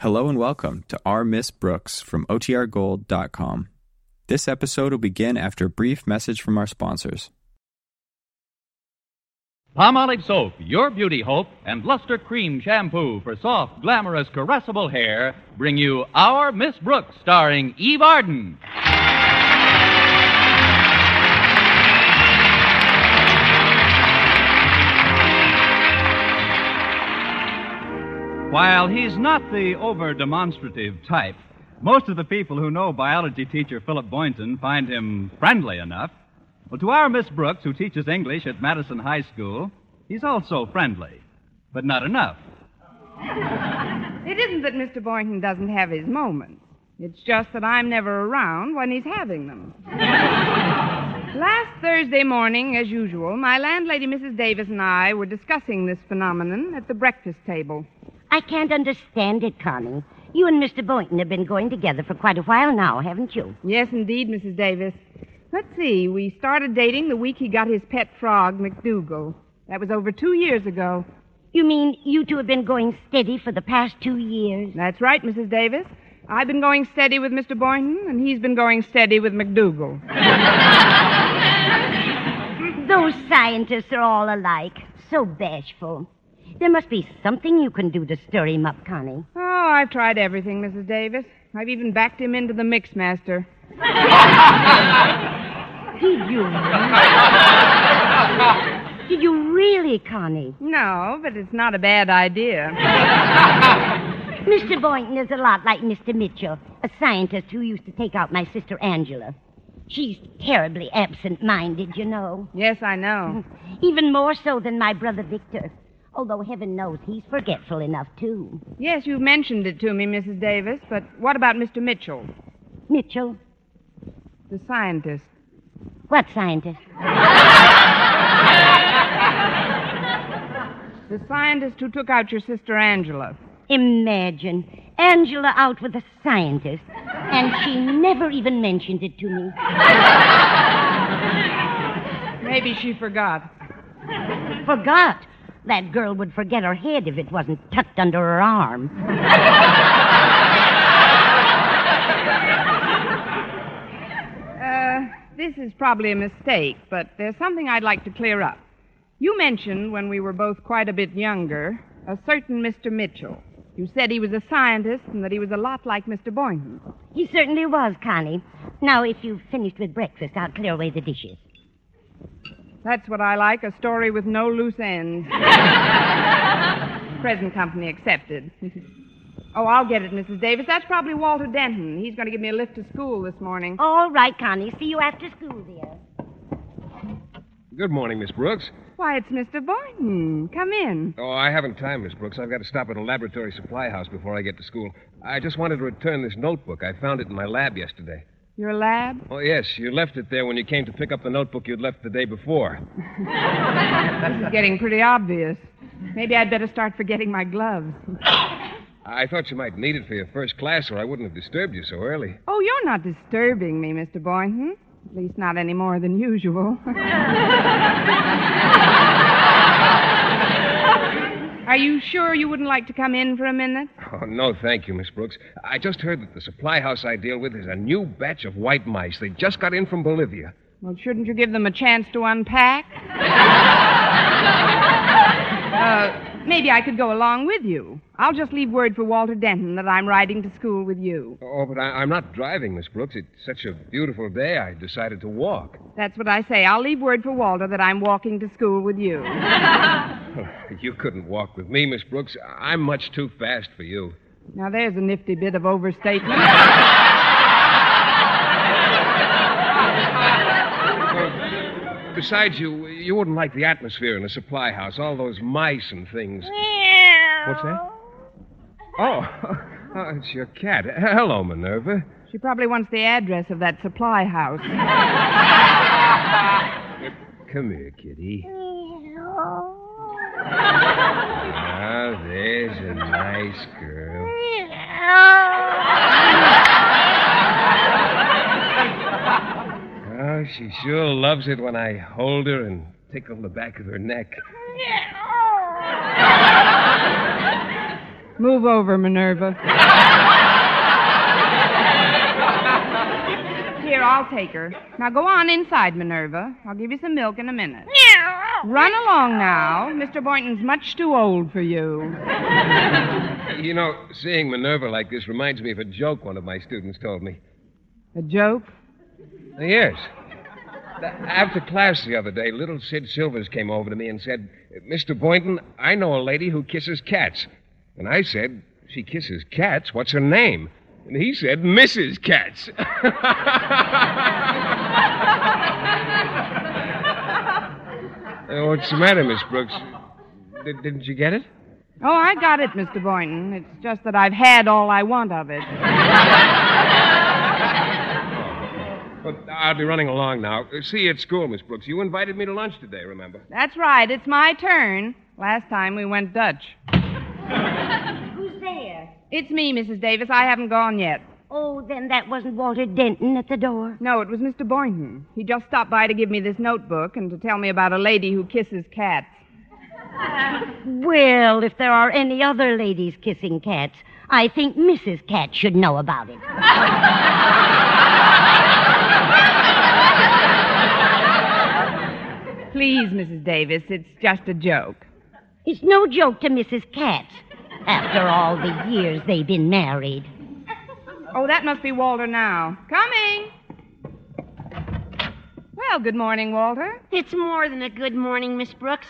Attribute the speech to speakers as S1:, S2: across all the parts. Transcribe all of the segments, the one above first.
S1: Hello and welcome to Our Miss Brooks from OTRGold.com. This episode will begin after a brief message from our sponsors.
S2: Palm Olive Soap, your beauty hope, and Luster Cream Shampoo for soft, glamorous, caressable hair bring you Our Miss Brooks, starring Eve Arden. While he's not the over demonstrative type, most of the people who know biology teacher Philip Boynton find him friendly enough. Well, to our Miss Brooks, who teaches English at Madison High School, he's also friendly, but not enough.
S3: It isn't that Mr. Boynton doesn't have his moments. It's just that I'm never around when he's having them. Last Thursday morning, as usual, my landlady, Mrs. Davis, and I were discussing this phenomenon at the breakfast table.
S4: I can't understand it, Connie. You and Mr. Boynton have been going together for quite a while now, haven't you?
S3: Yes, indeed, Mrs. Davis. Let's see, we started dating the week he got his pet frog, McDougal. That was over two years ago.
S4: You mean you two have been going steady for the past two years?
S3: That's right, Mrs. Davis. I've been going steady with Mr. Boynton, and he's been going steady with McDougal.
S4: Those scientists are all alike, so bashful. There must be something you can do to stir him up, Connie.
S3: Oh, I've tried everything, Mrs. Davis. I've even backed him into the mixmaster.
S4: Did you? Did you really, Connie?
S3: No, but it's not a bad idea.
S4: Mr. Boynton is a lot like Mr. Mitchell, a scientist who used to take out my sister Angela. She's terribly absent minded, you know.
S3: Yes, I know.
S4: Even more so than my brother Victor. Although heaven knows he's forgetful enough, too.
S3: Yes, you mentioned it to me, Mrs. Davis, but what about Mr. Mitchell,
S4: Mitchell,
S3: the scientist?
S4: what scientist?
S3: The scientist who took out your sister Angela.
S4: Imagine Angela out with a scientist, and she never even mentioned it to me.
S3: Maybe she forgot.
S4: Forgot. That girl would forget her head if it wasn't tucked under her arm.
S3: Uh, this is probably a mistake, but there's something I'd like to clear up. You mentioned when we were both quite a bit younger a certain Mr. Mitchell. You said he was a scientist and that he was a lot like Mr. Boynton.
S4: He certainly was, Connie. Now, if you've finished with breakfast, I'll clear away the dishes.
S3: That's what I like a story with no loose ends. Present company accepted. oh, I'll get it, Mrs. Davis. That's probably Walter Denton. He's going to give me a lift to school this morning.
S4: All right, Connie. See you after school, dear.
S5: Good morning, Miss Brooks.
S3: Why, it's Mr. Boynton. Come in.
S5: Oh, I haven't time, Miss Brooks. I've got to stop at a laboratory supply house before I get to school. I just wanted to return this notebook. I found it in my lab yesterday.
S3: Your lab?
S5: Oh, yes, you left it there when you came to pick up the notebook you'd left the day before.
S3: This is getting pretty obvious. Maybe I'd better start forgetting my gloves.
S5: I thought you might need it for your first class, or I wouldn't have disturbed you so early.
S3: Oh, you're not disturbing me, Mr. Boynton. At least not any more than usual. Are you sure you wouldn't like to come in for a minute?
S5: Oh, no, thank you, Miss Brooks. I just heard that the supply house I deal with is a new batch of white mice. They just got in from Bolivia.
S3: Well, shouldn't you give them a chance to unpack? uh, maybe I could go along with you. I'll just leave word for Walter Denton that I'm riding to school with you.
S5: Oh, but I, I'm not driving, Miss Brooks. It's such a beautiful day, I decided to walk.
S3: That's what I say. I'll leave word for Walter that I'm walking to school with you.
S5: You couldn't walk with me, Miss Brooks. I'm much too fast for you.
S3: Now, there's a nifty bit of overstatement.
S5: Besides, you you wouldn't like the atmosphere in a supply house. All those mice and things. What's that? Oh, oh, it's your cat. Hello, Minerva.
S3: she probably wants the address of that supply house.
S5: Come here, kitty. Ah, there's a nice girl. Oh, she sure loves it when I hold her and tickle the back of her neck.
S3: Move over, Minerva. Here, I'll take her. Now go on inside, Minerva. I'll give you some milk in a minute. Run along now. Mr. Boynton's much too old for you.
S5: You know, seeing Minerva like this reminds me of a joke one of my students told me.
S3: A joke?
S5: Yes. After class the other day, little Sid Silvers came over to me and said, Mr. Boynton, I know a lady who kisses cats. And I said, She kisses cats? What's her name? And he said, Mrs. Cats. Uh, What's the matter, Miss Brooks? Did, didn't you get it?
S3: Oh, I got it, Mr. Boynton. It's just that I've had all I want of it.
S5: Well, I'll be running along now. Uh, See you at school, Miss Brooks. You invited me to lunch today, remember?
S3: That's right. It's my turn. Last time we went Dutch.
S4: Who's there?
S3: It's me, Mrs. Davis. I haven't gone yet.
S4: Oh, then that wasn't Walter Denton at the door.
S3: No, it was Mr. Boynton. He just stopped by to give me this notebook and to tell me about a lady who kisses cats.
S4: Well, if there are any other ladies kissing cats, I think Mrs. Cat should know about it.
S3: Please, Mrs. Davis, it's just a joke.
S4: It's no joke to Mrs. Cat. After all the years they've been married.
S3: Oh, that must be Walter now. Coming. Well, good morning, Walter.
S6: It's more than a good morning, Miss Brooks.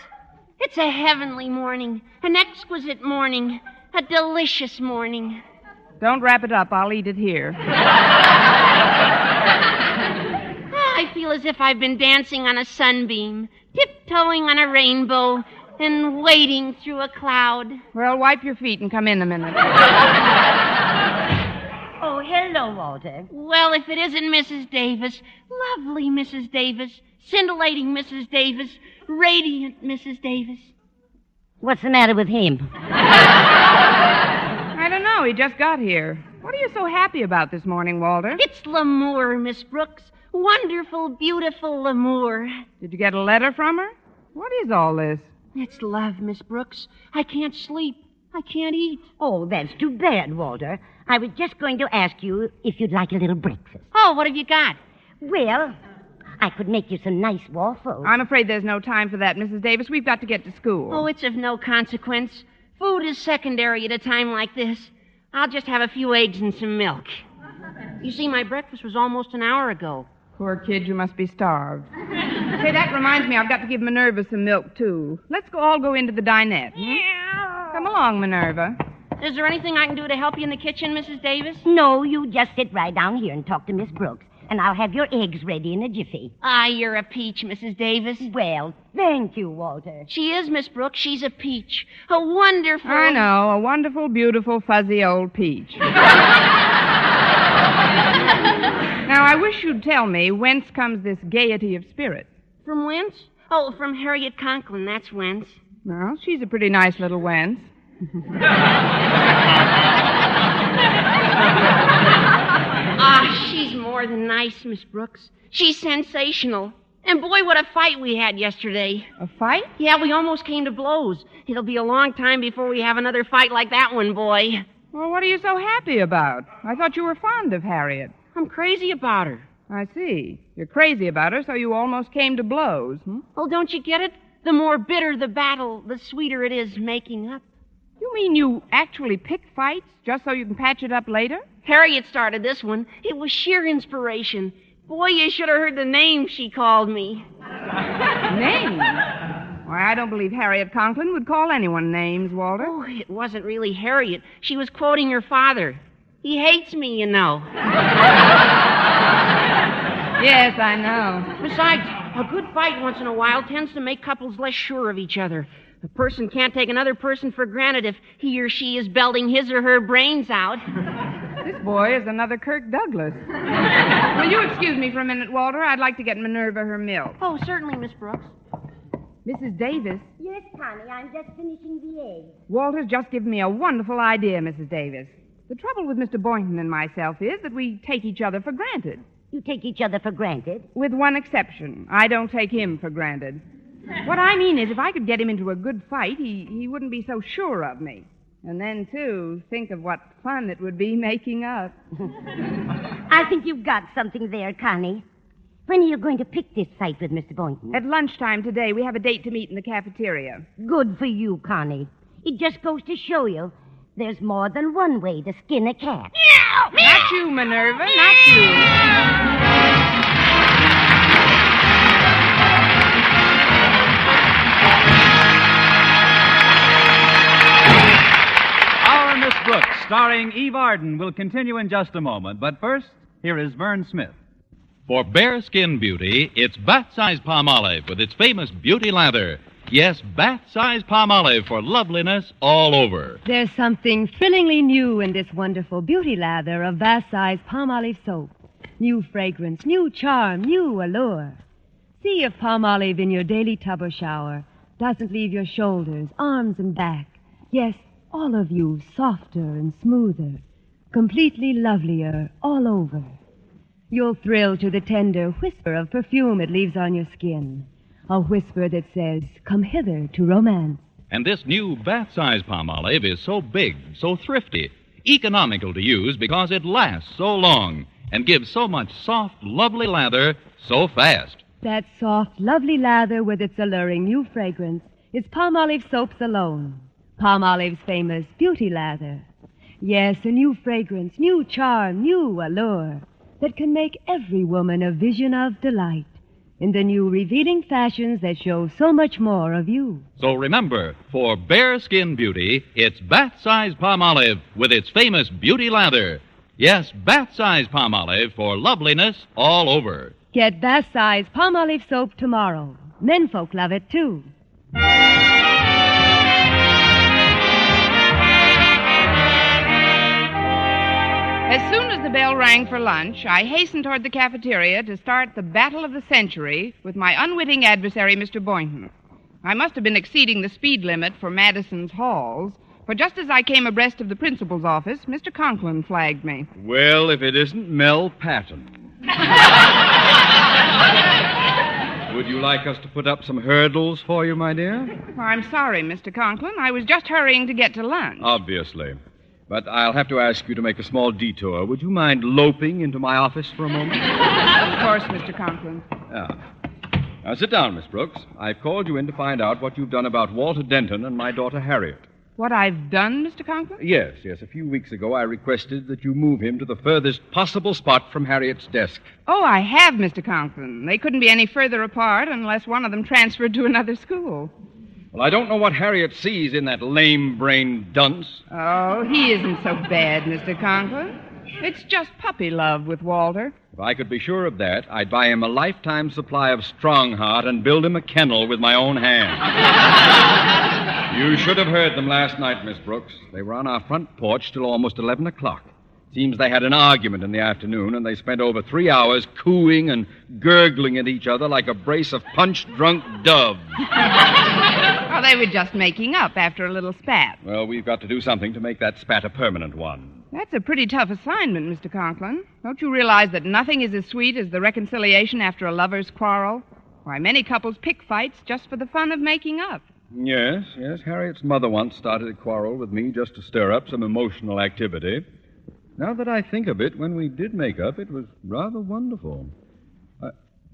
S6: It's a heavenly morning, an exquisite morning, a delicious morning.
S3: Don't wrap it up. I'll eat it here.
S6: Ah, I feel as if I've been dancing on a sunbeam, tiptoeing on a rainbow, and wading through a cloud.
S3: Well, wipe your feet and come in a minute.
S4: Oh, hello, Walter.
S6: Well, if it isn't Mrs. Davis, lovely Mrs. Davis, scintillating Mrs. Davis, radiant Mrs. Davis.
S4: What's the matter with him?
S3: I don't know. He just got here. What are you so happy about this morning, Walter?
S6: It's Lamour, Miss Brooks. Wonderful, beautiful Lamour.
S3: Did you get a letter from her? What is all this?
S6: It's love, Miss Brooks. I can't sleep. I can't eat.
S4: Oh, that's too bad, Walter. I was just going to ask you if you'd like a little breakfast.
S6: Oh, what have you got?
S4: Well, I could make you some nice waffles.
S3: I'm afraid there's no time for that, Mrs. Davis. We've got to get to school.
S6: Oh, it's of no consequence. Food is secondary at a time like this. I'll just have a few eggs and some milk. You see, my breakfast was almost an hour ago.
S3: Poor kid, you must be starved. Say, that reminds me, I've got to give Minerva some milk, too. Let's go all go into the dinette. hmm? Come along, Minerva.
S6: Is there anything I can do to help you in the kitchen, Mrs. Davis?
S4: No, you just sit right down here and talk to Miss Brooks, and I'll have your eggs ready in a jiffy.
S6: Ah, you're a peach, Mrs. Davis.
S4: Well, thank you, Walter.
S6: She is, Miss Brooks. She's a peach. A wonderful.
S3: I know, a wonderful, beautiful, fuzzy old peach. now, I wish you'd tell me whence comes this gaiety of spirit.
S6: From whence? Oh, from Harriet Conklin. That's whence.
S3: Well, she's a pretty nice little wench.
S6: Ah, she's more than nice, Miss Brooks. She's sensational. And boy, what a fight we had yesterday.
S3: A fight?
S6: Yeah, we almost came to blows. It'll be a long time before we have another fight like that one, boy.
S3: Well, what are you so happy about? I thought you were fond of Harriet.
S6: I'm crazy about her.
S3: I see. You're crazy about her, so you almost came to blows. Hmm?
S6: Oh, don't you get it? The more bitter the battle, the sweeter it is making up.
S3: You mean you actually pick fights just so you can patch it up later?
S6: Harriet started this one. It was sheer inspiration. Boy, you should have heard the name she called me.
S3: Names? Why, I don't believe Harriet Conklin would call anyone names, Walter.
S6: Oh, it wasn't really Harriet. She was quoting her father. He hates me, you know.
S3: Yes, I know.
S6: Besides, a good fight once in a while tends to make couples less sure of each other. A person can't take another person for granted if he or she is belting his or her brains out.
S3: This boy is another Kirk Douglas. Will you excuse me for a minute, Walter? I'd like to get Minerva her milk.
S6: Oh, certainly, Miss Brooks.
S3: Mrs. Davis,
S4: Yes, Connie, I'm just finishing the eggs.
S3: Walter's just given me a wonderful idea, Mrs. Davis. The trouble with Mr. Boynton and myself is that we take each other for granted.
S4: You take each other for granted.
S3: With one exception. I don't take him for granted. What I mean is, if I could get him into a good fight, he, he wouldn't be so sure of me. And then, too, think of what fun it would be making up.
S4: I think you've got something there, Connie. When are you going to pick this fight with Mr. Boynton?
S3: At lunchtime today, we have a date to meet in the cafeteria.
S4: Good for you, Connie. It just goes to show you there's more than one way to skin a cat.
S3: Not you, Minerva, not you.
S2: Our Miss Brooks, starring Eve Arden, will continue in just a moment. But first, here is Vern Smith.
S7: For bare skin beauty, it's bath size palm olive with its famous beauty lather. Yes, bath size palm olive for loveliness all over.
S8: There's something thrillingly new in this wonderful beauty lather of Vasai's palm olive soap. New fragrance, new charm, new allure. See if palm olive in your daily tub or shower doesn't leave your shoulders, arms, and back. Yes, all of you softer and smoother, completely lovelier all over. You'll thrill to the tender whisper of perfume it leaves on your skin. A whisper that says, Come hither to romance.
S7: And this new bath size palm olive is so big, so thrifty, economical to use because it lasts so long and gives so much soft, lovely lather so fast.
S8: That soft, lovely lather with its alluring new fragrance is palm olive soaps alone. Palm olive's famous beauty lather. Yes, a new fragrance, new charm, new allure that can make every woman a vision of delight in the new revealing fashions that show so much more of you.
S7: So remember, for bare skin beauty, it's bath size palm olive with its famous beauty lather. Yes, bath size palm olive for loveliness all over.
S8: Get Bath Size Palm Olive Soap tomorrow. Men folk love it too.
S3: As soon as the bell rang for lunch, I hastened toward the cafeteria to start the battle of the century with my unwitting adversary, Mr. Boynton. I must have been exceeding the speed limit for Madison's halls, for just as I came abreast of the principal's office, Mr. Conklin flagged me.
S2: Well, if it isn't Mel Patton. Would you like us to put up some hurdles for you, my dear?
S3: I'm sorry, Mr. Conklin. I was just hurrying to get to lunch.
S2: Obviously. But I'll have to ask you to make a small detour. Would you mind loping into my office for a moment?
S3: Of course, Mr. Conklin.
S2: Ah. Now sit down, Miss Brooks. I've called you in to find out what you've done about Walter Denton and my daughter Harriet.
S3: What I've done, Mr. Conklin?
S2: Yes, yes. A few weeks ago, I requested that you move him to the furthest possible spot from Harriet's desk.
S3: Oh, I have, Mr. Conklin. They couldn't be any further apart unless one of them transferred to another school.
S2: Well, I don't know what Harriet sees in that lame brained dunce.
S3: Oh, he isn't so bad, Mr. Conklin. It's just puppy love with Walter.
S2: If I could be sure of that, I'd buy him a lifetime supply of Strongheart and build him a kennel with my own hands. you should have heard them last night, Miss Brooks. They were on our front porch till almost 11 o'clock. Seems they had an argument in the afternoon, and they spent over three hours cooing and gurgling at each other like a brace of punch drunk doves.
S3: Oh, they were just making up after a little spat.
S2: Well, we've got to do something to make that spat a permanent one.
S3: That's a pretty tough assignment, Mr. Conklin. Don't you realize that nothing is as sweet as the reconciliation after a lover's quarrel? Why, many couples pick fights just for the fun of making up.
S2: Yes, yes. Harriet's mother once started a quarrel with me just to stir up some emotional activity. Now that I think of it, when we did make up, it was rather wonderful. Uh,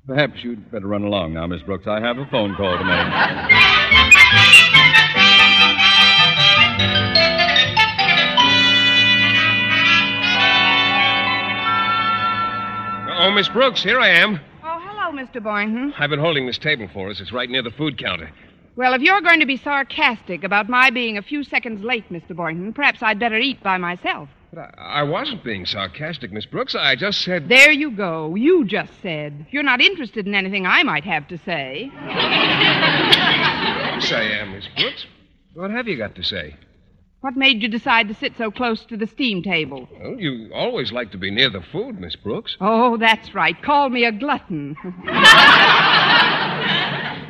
S2: perhaps you'd better run along now, Miss Brooks. I have a phone call to make.
S5: Oh, Miss Brooks, here I am.
S3: Oh, hello, Mr. Boynton.
S5: I've been holding this table for us. It's right near the food counter.
S3: Well, if you're going to be sarcastic about my being a few seconds late, Mr. Boynton, perhaps I'd better eat by myself.
S5: But I, I wasn't being sarcastic, Miss Brooks. I just said.
S3: There you go. You just said. You're not interested in anything I might have to say.
S5: Yes, I am, eh, Miss Brooks. What have you got to say?
S3: What made you decide to sit so close to the steam table?
S5: Well, you always like to be near the food, Miss Brooks.
S3: Oh, that's right. Call me a glutton.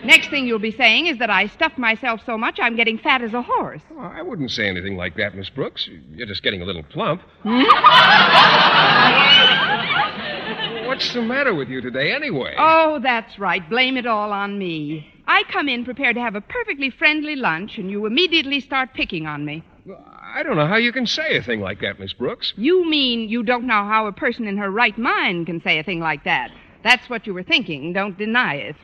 S3: Next thing you'll be saying is that I stuff myself so much I'm getting fat as a horse.
S5: Well, I wouldn't say anything like that, Miss Brooks. You're just getting a little plump. What's the matter with you today, anyway?
S3: Oh, that's right. Blame it all on me. I come in prepared to have a perfectly friendly lunch, and you immediately start picking on me.
S5: I don't know how you can say a thing like that, Miss Brooks.
S3: You mean you don't know how a person in her right mind can say a thing like that? That's what you were thinking. Don't deny it.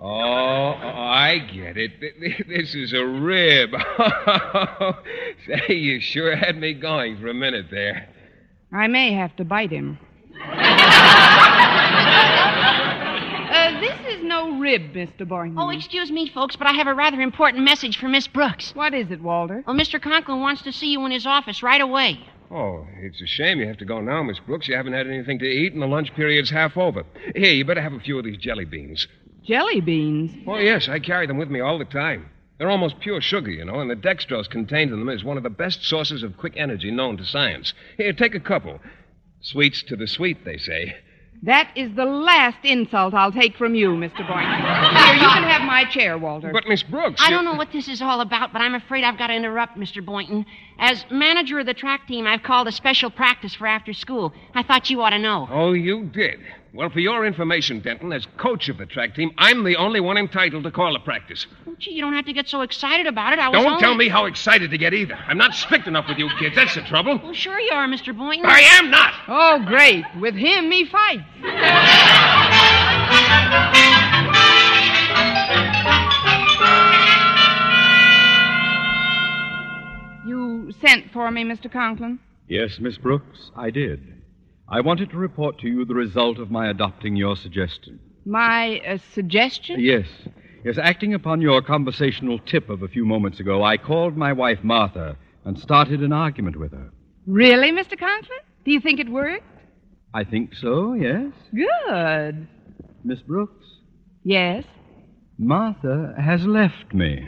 S5: Oh, I get it. Th- th- This is a rib. Say, you sure had me going for a minute there.
S3: I may have to bite him. uh, this is no rib, Mr. Boynton.
S6: Oh, excuse me, folks, but I have a rather important message for Miss Brooks.
S3: What is it, Walter?
S6: Well, Mr. Conklin wants to see you in his office right away.
S5: Oh, it's a shame you have to go now, Miss Brooks. You haven't had anything to eat, and the lunch period's half over. Here, you better have a few of these jelly beans.
S3: Jelly beans.
S5: Oh, yes, I carry them with me all the time. They're almost pure sugar, you know, and the dextrose contained in them is one of the best sources of quick energy known to science. Here, take a couple. Sweets to the sweet, they say.
S3: That is the last insult I'll take from you, Mr. Boynton. Here, you can have my chair, Walter.
S5: But, Miss Brooks.
S6: I
S5: you-
S6: don't know what this is all about, but I'm afraid I've got to interrupt, Mr. Boynton. As manager of the track team, I've called a special practice for after school. I thought you ought to know.
S5: Oh, you did. Well, for your information, Denton, as coach of the track team, I'm the only one entitled to call a practice.
S6: Oh, gee, you don't have to get so excited about it. I was
S5: Don't
S6: only-
S5: tell me how excited to get either. I'm not strict enough with you kids. That's the trouble.
S9: Oh,
S6: Well, sure you are, Mr. Boynton.
S5: I am not.
S3: Oh, great. With him, he fights. you sent for me, Mr. Conklin?
S2: Yes, Miss Brooks, I did. I wanted to report to you the result of my adopting your suggestion.
S3: My uh, suggestion?
S2: Yes. Yes, acting upon your conversational tip of a few moments ago, I called my wife Martha and started an argument with her.
S3: Really, Mr. Conklin? Do you think it worked?
S2: I think so, yes.
S3: Good.
S2: Miss Brooks,
S3: Yes.
S2: Martha has left me.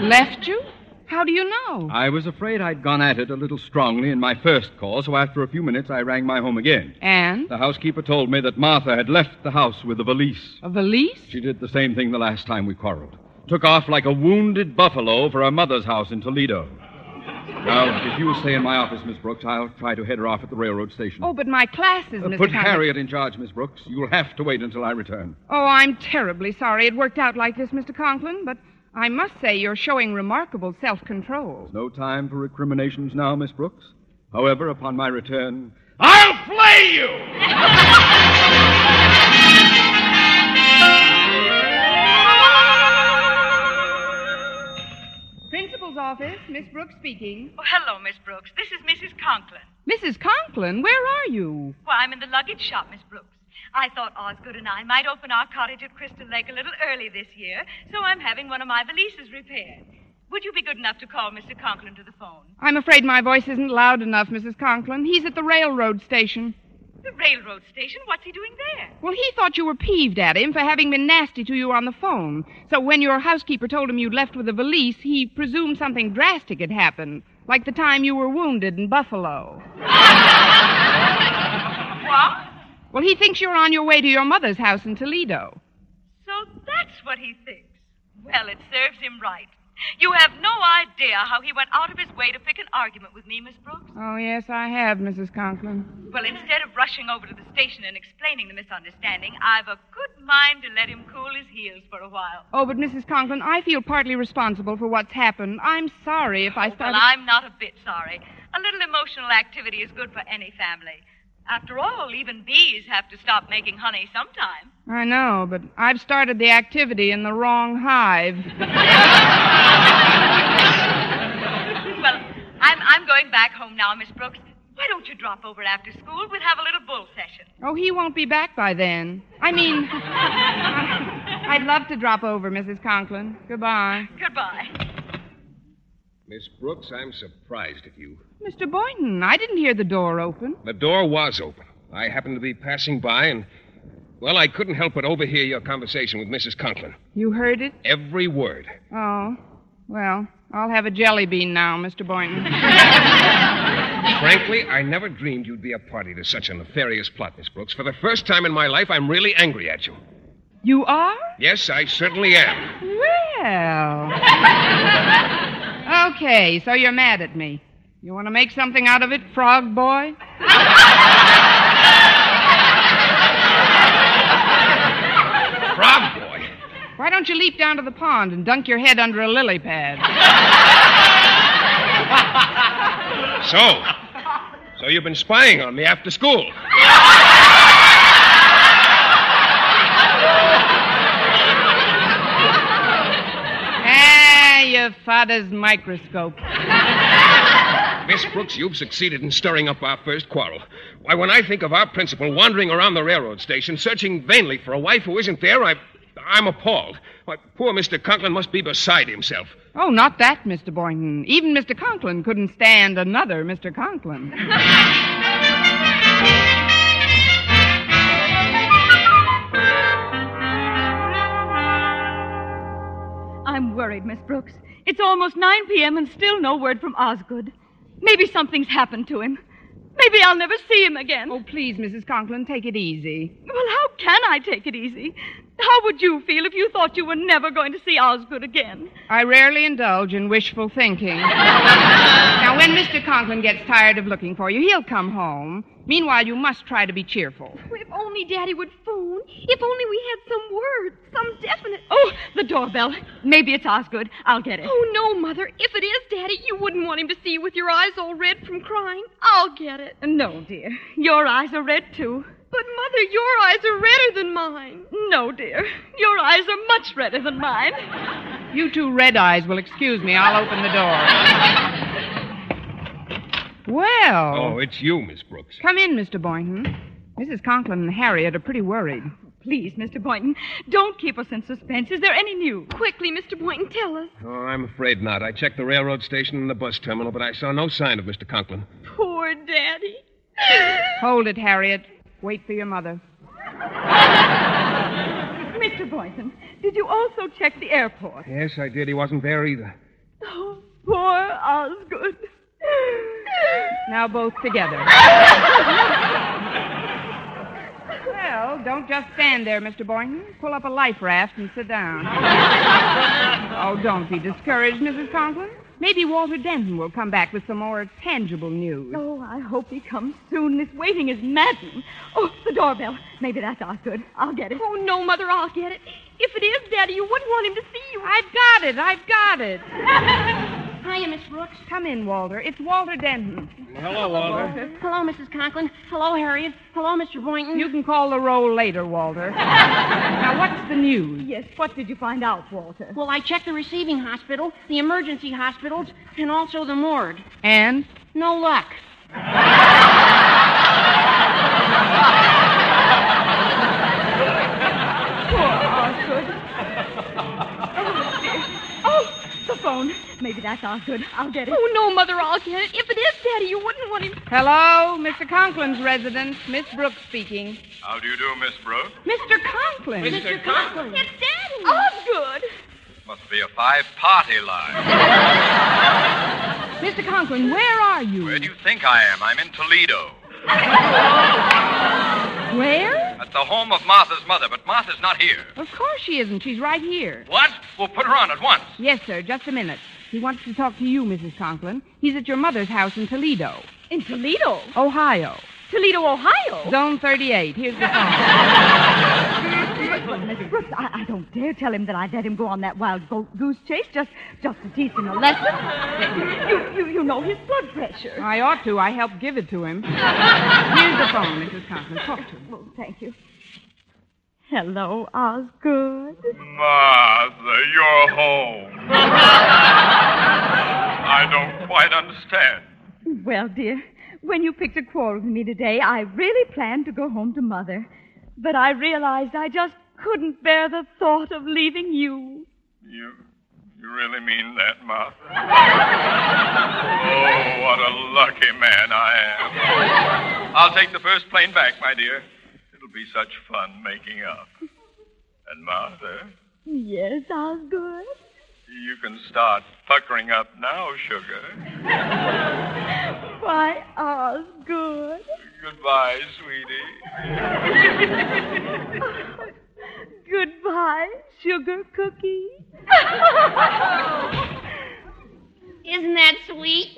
S3: Left you? How do you know?
S2: I was afraid I'd gone at it a little strongly in my first call, so after a few minutes I rang my home again.
S3: And?
S2: The housekeeper told me that Martha had left the house with a valise.
S3: A valise?
S2: She did the same thing the last time we quarreled. Took off like a wounded buffalo for her mother's house in Toledo. Now, if you will stay in my office, Miss Brooks, I'll try to head her off at the railroad station.
S3: Oh, but my classes,
S2: Uh,
S3: Mr.
S2: Put
S3: Conklin.
S2: Harriet in charge, Miss Brooks. You'll have to wait until I return.
S3: Oh, I'm terribly sorry it worked out like this, Mr. Conklin, but I must say you're showing remarkable self control.
S2: No time for recriminations now, Miss Brooks. However, upon my return.
S5: I'll flay you!
S3: Principal's office, Miss Brooks speaking.
S10: Oh, hello, Miss Brooks. This is Mrs. Conklin.
S3: Mrs. Conklin, where are you?
S10: Why, I'm in the luggage shop, Miss Brooks. I thought Osgood and I might open our cottage at Crystal Lake a little early this year, so I'm having one of my valises repaired. Would you be good enough to call Mr. Conklin to the phone?
S3: I'm afraid my voice isn't loud enough, Mrs. Conklin. He's at the railroad station.
S10: The railroad station? What's he doing there?
S3: Well, he thought you were peeved at him for having been nasty to you on the phone. So when your housekeeper told him you'd left with a valise, he presumed something drastic had happened, like the time you were wounded in Buffalo.
S10: What?
S3: Well, he thinks you're on your way to your mother's house in Toledo.
S10: So that's what he thinks. Well, it serves him right. You have no idea how he went out of his way to pick an argument with me, Miss Brooks.
S3: Oh, yes, I have, Mrs. Conklin.
S10: Well, instead of rushing over to the station and explaining the misunderstanding, I've a good mind to let him cool his heels for a while.
S3: Oh, but Mrs. Conklin, I feel partly responsible for what's happened. I'm sorry if I
S10: Well,
S3: started.
S10: I'm not a bit sorry. A little emotional activity is good for any family. After all, even bees have to stop making honey sometime.
S3: I know, but I've started the activity in the wrong hive.
S10: Well, I'm, I'm going back home now, Miss Brooks. Why don't you drop over after school? We'll have a little bull session.
S3: Oh, he won't be back by then. I mean, I- I'd love to drop over, Mrs. Conklin. Goodbye.
S10: Goodbye.
S5: Miss Brooks, I'm surprised at you.
S3: Mr. Boynton, I didn't hear the door open.
S5: The door was open. I happened to be passing by, and, well, I couldn't help but overhear your conversation with Mrs. Conklin.
S3: You heard it?
S5: Every word.
S3: Oh. Well, I'll have a jelly bean now, Mr. Boynton.
S5: Frankly, I never dreamed you'd be a party to such a nefarious plot, Miss Brooks. For the first time in my life, I'm really angry at you.
S3: You are?
S5: Yes, I certainly am.
S3: Well. okay, so you're mad at me. You want to make something out of it, frog boy?
S5: Frog boy.
S3: Why don't you leap down to the pond and dunk your head under a lily pad?
S5: So. So you've been spying on me after school.
S3: ah, your father's microscope.
S5: Miss Brooks, you've succeeded in stirring up our first quarrel. Why, when I think of our principal wandering around the railroad station, searching vainly for a wife who isn't there, I, I'm appalled. Why, poor Mr. Conklin must be beside himself.
S3: Oh, not that, Mr. Boynton. Even Mr. Conklin couldn't stand another Mr. Conklin.
S10: I'm worried, Miss Brooks. It's almost 9 p.m. and still no word from Osgood. Maybe something's happened to him. Maybe I'll never see him again.
S3: Oh, please, Mrs. Conklin, take it easy.
S10: Well, how can I take it easy? How would you feel if you thought you were never going to see Osgood again?
S3: I rarely indulge in wishful thinking. now, when Mr. Conklin gets tired of looking for you, he'll come home. Meanwhile, you must try to be cheerful.
S9: If only Daddy would phone. If only we had some word, some definite.
S10: Oh, the doorbell. Maybe it's Osgood. I'll get it.
S9: Oh, no, Mother. If it is Daddy, you wouldn't want him to see you with your eyes all red from crying. Oh, I'll get it.
S10: No, dear. Your eyes are red, too.
S9: But, Mother, your eyes are redder than mine.
S10: No, dear. Your eyes are much redder than mine.
S3: You two red eyes will excuse me. I'll open the door. Well.
S5: Oh, it's you, Miss Brooks.
S3: Come in, Mr. Boynton. Mrs. Conklin and Harriet are pretty worried.
S10: Please, Mr. Boynton, don't keep us in suspense. Is there any news?
S9: Quickly, Mr. Boynton, tell us.
S5: Oh, I'm afraid not. I checked the railroad station and the bus terminal, but I saw no sign of Mr. Conklin.
S9: Poor Daddy.
S3: Hold it, Harriet. Wait for your mother.
S10: Mr. Boynton, did you also check the airport?
S5: Yes, I did. He wasn't there either.
S10: Oh, poor Osgood.
S3: Now both together. well, don't just stand there, Mr. Boynton. Pull up a life raft and sit down. oh, don't be discouraged, Mrs. Conklin. Maybe Walter Denton will come back with some more tangible news.
S10: Oh, I hope he comes soon. This waiting is maddening. Oh, the doorbell. Maybe that's Osgood. I'll get it.
S9: Oh, no, Mother, I'll get it. If it is Daddy, you wouldn't want him to see you.
S3: I've got it. I've got it.
S6: Hiya, Miss Brooks.
S3: Come in, Walter. It's Walter Denton.
S5: Hello, Walter.
S6: Hello, Mrs. Conklin. Hello, Harriet. Hello, Mr. Boynton.
S3: You can call the roll later, Walter. now, what's the news?
S10: Yes, what did you find out, Walter?
S6: Well, I checked the receiving hospital, the emergency hospitals, and also the morgue.
S3: And?
S6: No luck.
S10: Oh, dear. Oh, the phone. Maybe that's Osgood. I'll get it.
S9: Oh, no, Mother, I'll get it. If it is Daddy, you wouldn't want him.
S3: Hello, Mr. Conklin's residence. Miss Brooks speaking.
S11: How do you do, Miss Brooks?
S3: Mr. Conklin.
S11: Mr. Conklin.
S9: It's Daddy.
S10: Osgood!
S11: Must be a five party line.
S3: Mr. Conklin, where are you?
S11: Where do you think I am? I'm in Toledo.
S3: Where?
S11: At the home of Martha's mother, but Martha's not here.
S3: Of course she isn't. She's right here.
S11: What? Well, put her on at once.
S3: Yes, sir. Just a minute. He wants to talk to you, Mrs. Conklin. He's at your mother's house in Toledo,
S10: In Toledo?
S3: Ohio.
S10: Toledo, Ohio?
S3: Zone 38. Here's the phone.
S10: Well, Miss Brooks, I, I don't dare tell him that I let him go on that wild go- goose chase just, just to teach him a lesson. you, you, you know his blood pressure.
S3: I ought to. I helped give it to him. Here's the phone, Mrs. Conklin. Talk to him.
S10: Well, thank you. Hello, Osgood.
S11: Martha, you're home. I don't quite understand.
S10: Well, dear, when you picked a quarrel with me today, I really planned to go home to Mother. But I realized I just couldn't bear the thought of leaving you.
S11: You, you really mean that, Martha? oh, what a lucky man I am. I'll take the first plane back, my dear. It'll be such fun making up. And, Martha,
S10: Yes, Osgood.
S11: you can start puckering up now, sugar.
S10: Why, Osgood.
S11: Goodbye, sweetie.
S10: Goodbye, sugar cookie.
S6: Isn't that sweet?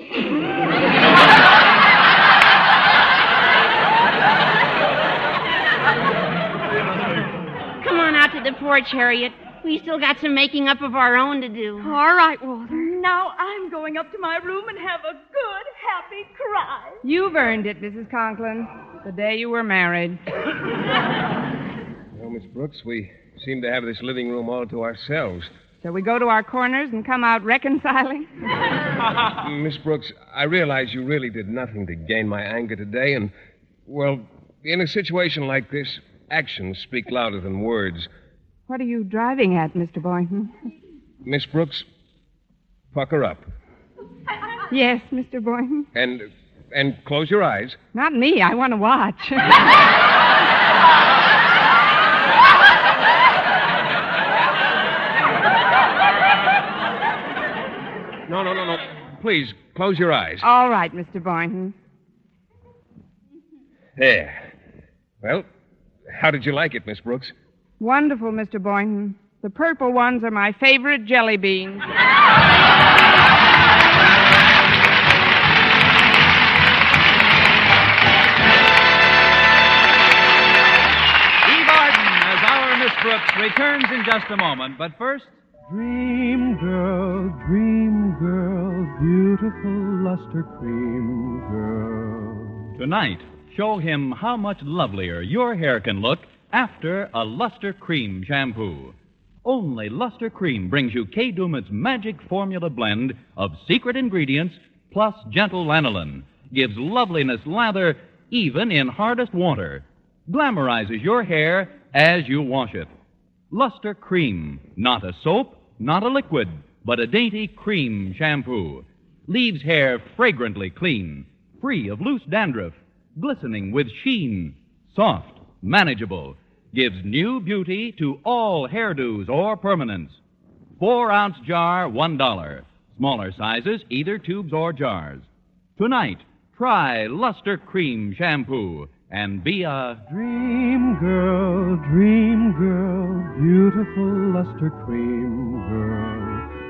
S6: Come on out to to the porch, Harriet. We still got some making up of our own to do.
S12: All right, Walter.
S10: Now I'm going up to my room and have a good, happy cry.
S3: You've earned it, Mrs. Conklin. The day you were married.
S5: Well, Miss Brooks, we seem to have this living room all to ourselves.
S3: Shall we go to our corners and come out reconciling?
S5: Miss Brooks, I realize you really did nothing to gain my anger today, and, well, in a situation like this, actions speak louder than words.
S3: What are you driving at, Mr. Boynton?
S5: Miss Brooks, pucker up
S3: Yes, Mr. Boynton.
S5: and and close your eyes.
S3: Not me. I want to watch.
S5: No, no, no, no. Please close your eyes.
S3: All right, Mr. Boynton.
S5: There. Well, how did you like it, Miss Brooks?
S3: Wonderful, Mr. Boynton. The purple ones are my favorite jelly beans.
S13: Eve Arden as our Miss Brooks returns in just a moment, but first.
S14: Dream girl, dream girl, beautiful luster cream girl.
S7: Tonight, show him how much lovelier your hair can look after a Luster Cream shampoo. Only Luster Cream brings you K. Dumit's magic formula blend of secret ingredients plus gentle lanolin. Gives loveliness lather even in hardest water. Glamorizes your hair as you wash it. Luster Cream, not a soap, not a liquid, but a dainty cream shampoo. Leaves hair fragrantly clean, free of loose dandruff, glistening with sheen, soft, manageable. Gives new beauty to all hairdos or permanents. Four ounce jar, one dollar. Smaller sizes, either tubes or jars. Tonight, try Luster Cream Shampoo and be a
S14: Dream girl, dream girl, beautiful luster cream girl.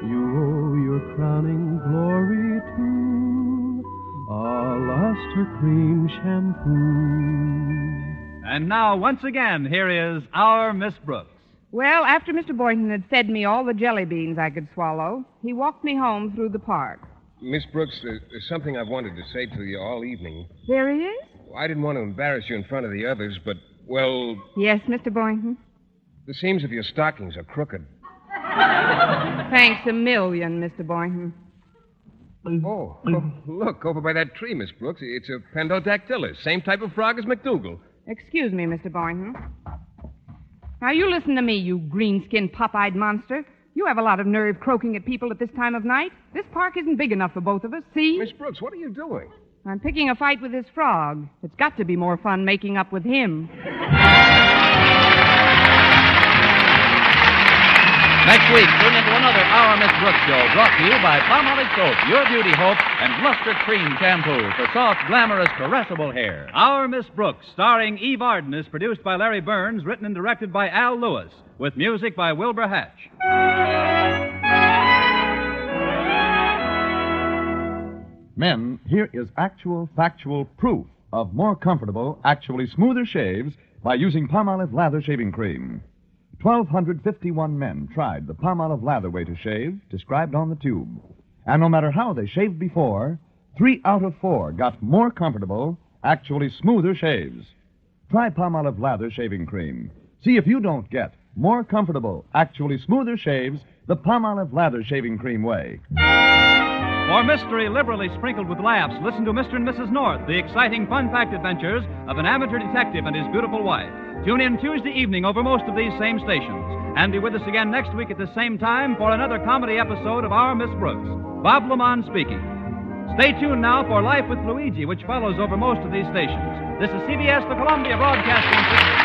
S14: You owe your crowning glory to a luster cream shampoo.
S13: And now, once again, here is our Miss Brooks.
S3: Well, after Mr. Boynton had fed me all the jelly beans I could swallow, he walked me home through the park.
S5: Miss Brooks, there- there's something I've wanted to say to you all evening.
S3: There he is?
S5: I didn't want to embarrass you in front of the others, but, well,
S3: Yes, Mr. Boynton.
S5: the seams of your stockings are crooked.
S3: Thanks a million, Mr. Boynton.
S5: Oh, oh, look, over by that tree, Miss Brooks. It's a pendodactylus, same type of frog as McDougal.
S3: Excuse me, Mr. Boynton. Now, you listen to me, you green skinned, pop eyed monster. You have a lot of nerve croaking at people at this time of night. This park isn't big enough for both of us, see? Miss
S5: Brooks, what are you doing?
S3: I'm picking a fight with this frog. It's got to be more fun making up with him.
S7: Next week, tune into another Our Miss Brooks show brought to you by Palmolive Soap, Your Beauty Hope, and Luster Cream Shampoo for soft, glamorous, caressable hair.
S13: Our Miss Brooks, starring Eve Arden, is produced by Larry Burns, written and directed by Al Lewis, with music by Wilbur Hatch.
S15: Men, here is actual, factual proof of more comfortable, actually smoother shaves by using Palmolive Lather Shaving Cream. 1,251 men tried the Palmolive Lather way to shave described on the tube. And no matter how they shaved before, three out of four got more comfortable, actually smoother shaves. Try Palmolive Lather Shaving Cream. See if you don't get more comfortable, actually smoother shaves the Palmolive Lather Shaving Cream way.
S13: For mystery liberally sprinkled with laughs, listen to Mr. and Mrs. North, the exciting fun fact adventures of an amateur detective and his beautiful wife. Tune in Tuesday evening over most of these same stations. And be with us again next week at the same time for another comedy episode of Our Miss Brooks. Bob Lamont speaking. Stay tuned now for Life with Luigi, which follows over most of these stations. This is CBS, the Columbia Broadcasting System.